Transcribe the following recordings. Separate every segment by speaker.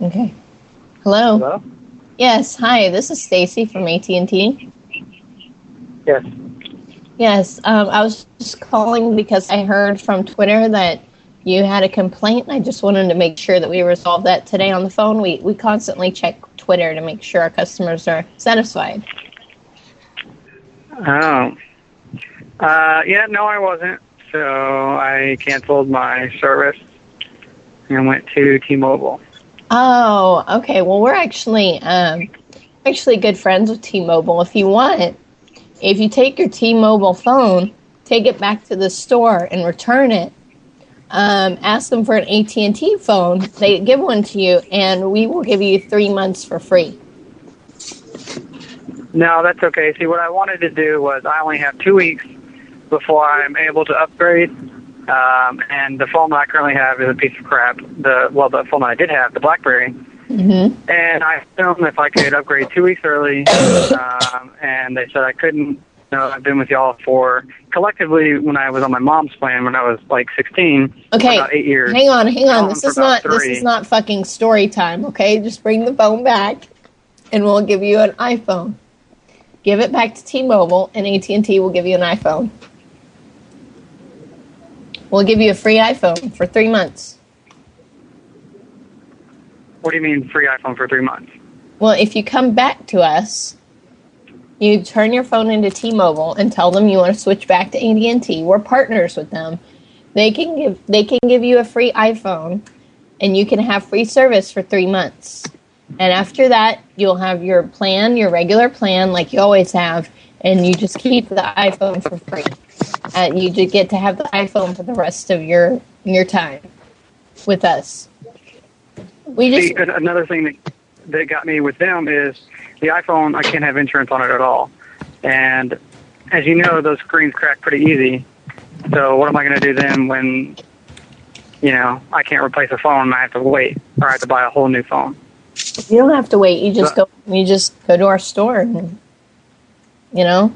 Speaker 1: Okay. Hello.
Speaker 2: Hello?
Speaker 1: Yes. Hi. This is Stacy from AT and T.
Speaker 2: Yes.
Speaker 1: Yes. Um, I was just calling because I heard from Twitter that you had a complaint. I just wanted to make sure that we resolved that today on the phone. We we constantly check Twitter to make sure our customers are satisfied.
Speaker 2: Oh. Uh, yeah, no, I wasn't. So I canceled my service and went to T-Mobile.
Speaker 1: Oh, okay. Well, we're actually um, actually good friends with T-Mobile. If you want, if you take your T-Mobile phone, take it back to the store and return it. Um, ask them for an AT&T phone. They give one to you, and we will give you three months for free.
Speaker 2: No, that's okay. See, what I wanted to do was I only have two weeks before I'm able to upgrade. Um, and the phone that I currently have is a piece of crap. The well, the phone that I did have, the BlackBerry,
Speaker 1: Mm-hmm.
Speaker 2: and I assumed if I could upgrade two weeks early, um, and they said I couldn't. You know, I've been with y'all for collectively when I was on my mom's plan when I was like 16,
Speaker 1: Okay.
Speaker 2: about eight years.
Speaker 1: Hang on, hang on.
Speaker 2: Gone
Speaker 1: This
Speaker 2: for
Speaker 1: is not
Speaker 2: about
Speaker 1: this
Speaker 2: three.
Speaker 1: is not fucking story time, okay? Just bring the phone back and we'll give you an iPhone. Give it back to T-Mobile and AT&T will give you an iPhone. We'll give you a free iPhone for 3 months.
Speaker 2: What do you mean free iPhone for three months?
Speaker 1: Well, if you come back to us, you turn your phone into T-Mobile and tell them you want to switch back to AT&T. We're partners with them. They can give they can give you a free iPhone and you can have free service for 3 months. And after that, you'll have your plan, your regular plan like you always have, and you just keep the iPhone for free. And you just get to have the iPhone for the rest of your your time with us. We just
Speaker 2: See, an- another thing that that got me with them is the iPhone. I can't have insurance on it at all, and as you know, those screens crack pretty easy. So what am I going to do then when you know I can't replace a phone and I have to wait or I have to buy a whole new phone?
Speaker 1: You don't have to wait. You
Speaker 2: Uh,
Speaker 1: just go. You just go to our store, and you know.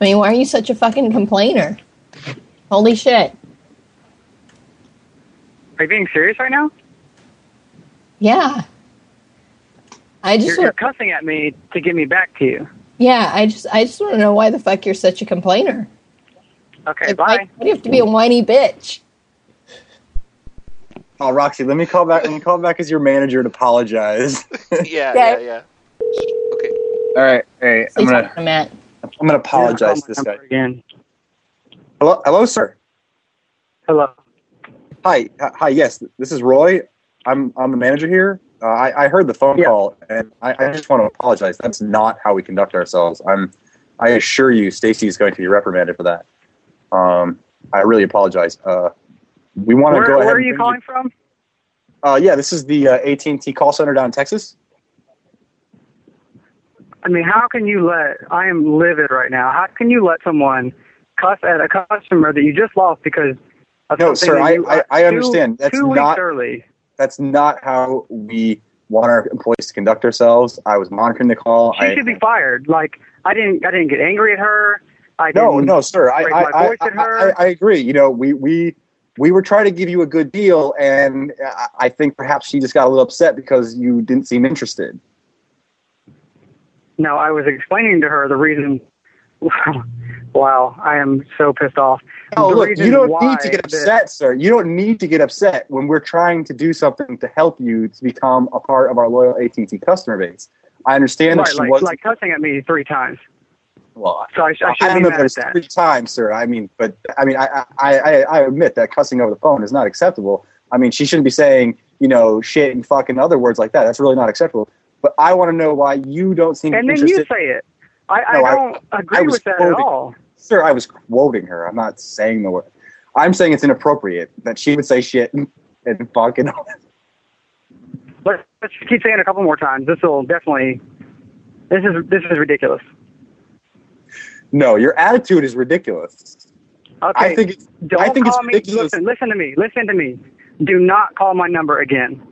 Speaker 1: I mean, why are you such a fucking complainer? Holy shit!
Speaker 2: Are you being serious right now?
Speaker 1: Yeah, I
Speaker 2: You're,
Speaker 1: just
Speaker 2: you're
Speaker 1: want,
Speaker 2: cussing at me to get me back to you.
Speaker 1: yeah, I just I just want to know why the fuck you're such a complainer.
Speaker 2: Okay,
Speaker 1: Like,
Speaker 2: bye.
Speaker 1: why do you have to be a whiny bitch?
Speaker 3: Oh, Roxy, let me call back. Let me call back as your manager and apologize.
Speaker 4: yeah, yeah,
Speaker 1: Okay.
Speaker 4: yeah.
Speaker 3: All right, all right. I'm
Speaker 1: Please
Speaker 3: gonna
Speaker 1: talk to Matt.
Speaker 3: I'm gonna apologize to
Speaker 2: Yeah,
Speaker 3: this
Speaker 2: I'll call my
Speaker 3: guy.
Speaker 2: number again.
Speaker 3: Hello, hello, sir.
Speaker 2: Hello.
Speaker 3: Hi, hi. hi, Yes, this is Roy. I'm I'm the manager here. Uh, I I heard the phone
Speaker 2: Yeah.
Speaker 3: call, and I, I just want to apologize. That's not how we conduct ourselves. I'm I assure you, Stacy is going to be reprimanded for that. Um, I really apologize. Uh, we want to
Speaker 2: Where,
Speaker 3: go ahead.
Speaker 2: where are
Speaker 3: and
Speaker 2: you
Speaker 3: bring
Speaker 2: calling from?
Speaker 3: Uh, yeah, this is the uh, AT&T call center down in Texas.
Speaker 2: I mean, how can you let? I am livid right now. How can you let someone cuss at a customer that you just lost because? Of
Speaker 3: No,
Speaker 2: something
Speaker 3: sir,
Speaker 2: that
Speaker 3: I-
Speaker 2: you-
Speaker 3: I- I
Speaker 2: two-
Speaker 3: understand. That's
Speaker 2: two
Speaker 3: not-
Speaker 2: weeks early.
Speaker 3: That's not how we want our employees to conduct ourselves. I was monitoring the call.
Speaker 2: She
Speaker 3: I,
Speaker 2: should be fired. Like I didn't. I didn't get angry at her. I
Speaker 3: No,
Speaker 2: didn't,
Speaker 3: no, sir. I,
Speaker 2: raise
Speaker 3: I,
Speaker 2: my
Speaker 3: I,
Speaker 2: voice at
Speaker 3: I,
Speaker 2: her.
Speaker 3: I, I agree. You know, we, we we were trying to give you a good deal, and I, I think perhaps she just got a little upset because you didn't seem interested.
Speaker 2: No, I was explaining to her the reason. wow, I am so pissed off.
Speaker 3: Oh,
Speaker 2: the
Speaker 3: look,
Speaker 2: reason
Speaker 3: you don't
Speaker 2: why
Speaker 3: need to get
Speaker 2: that-
Speaker 3: upset, sir. You don't need to get upset when we're trying to do something to help you to become a part of our loyal AT&T customer base. I understand that
Speaker 2: Right,
Speaker 3: she
Speaker 2: like,
Speaker 3: was
Speaker 2: like cussing at me three times.
Speaker 3: well,
Speaker 2: So I, sh- I
Speaker 3: I
Speaker 2: shouldn't
Speaker 3: don't
Speaker 2: be
Speaker 3: know if
Speaker 2: mad at
Speaker 3: there's
Speaker 2: that.
Speaker 3: three times, sir. I mean, but I mean, I, I, I, I admit that cussing over the phone is not acceptable. I mean, she shouldn't be saying, you know, shit and fucking other words like that. That's really not acceptable. But I want to know why you don't seem
Speaker 2: And then you
Speaker 3: interested.
Speaker 2: say it. I,
Speaker 3: No, I-
Speaker 2: I don't agree
Speaker 3: I was
Speaker 2: with that at
Speaker 3: quoting.
Speaker 2: all.
Speaker 3: sir, I was quoting her. I'm not saying the word. I'm saying it's inappropriate that she would say shit and, and fucking.
Speaker 2: let's, let's just keep saying it a couple more times. This will definitely. This is this is ridiculous.
Speaker 3: No, your attitude is ridiculous.
Speaker 2: Okay.
Speaker 3: I think it's,
Speaker 2: don't
Speaker 3: I think it's
Speaker 2: call me.
Speaker 3: ridiculous.
Speaker 2: Listen, listen to me. Listen to me. Do not call my number again.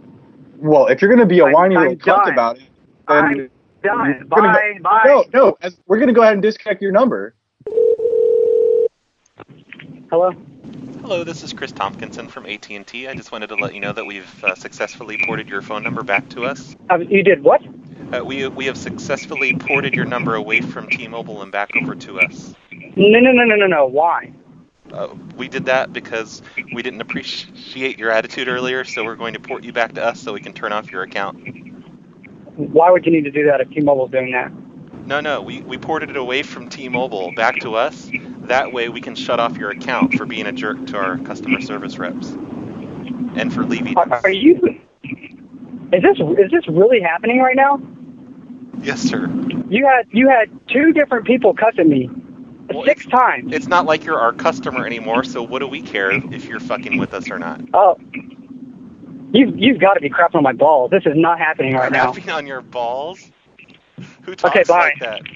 Speaker 3: well, if you're going to be a
Speaker 2: I'm-
Speaker 3: whiny
Speaker 2: I'm
Speaker 3: little cunt
Speaker 2: done.
Speaker 3: about it, then
Speaker 2: I'm
Speaker 3: You're
Speaker 2: done.
Speaker 3: gonna
Speaker 2: Bye. Bye.
Speaker 3: no, no, as- we're going to go ahead and disconnect your number.
Speaker 2: Hello.
Speaker 4: Hello, this is Chris Tompkinson from AT&T. I just wanted to let you know that we've uh, successfully ported your phone number back to us.
Speaker 2: Uh, you did what?
Speaker 4: Uh, we we have successfully ported your number away from T-Mobile and back over to us.
Speaker 2: No, no, no, no, no, no. Why?
Speaker 4: Uh, we did that because we didn't appreciate your attitude earlier, so we're going to port you back to us so we can turn off your account.
Speaker 2: Why would you need to do that if T-Mobile's doing that?
Speaker 4: No, no, we, we ported it away from T-Mobile back to us. That way we can shut off your account for being a jerk to our customer service reps and for leaving.
Speaker 2: Are, are you? Is this is this really happening right now?
Speaker 4: Yes, sir.
Speaker 2: You had you had two different people cuss at me
Speaker 4: Well,
Speaker 2: six times.
Speaker 4: It's not like you're our customer anymore, so what do we care if you're fucking with us or not?
Speaker 2: Oh, you've you've got to be crapping on my balls. This is not happening right now.
Speaker 4: Crapping on your balls? Who talks
Speaker 2: Okay, bye.
Speaker 4: like that?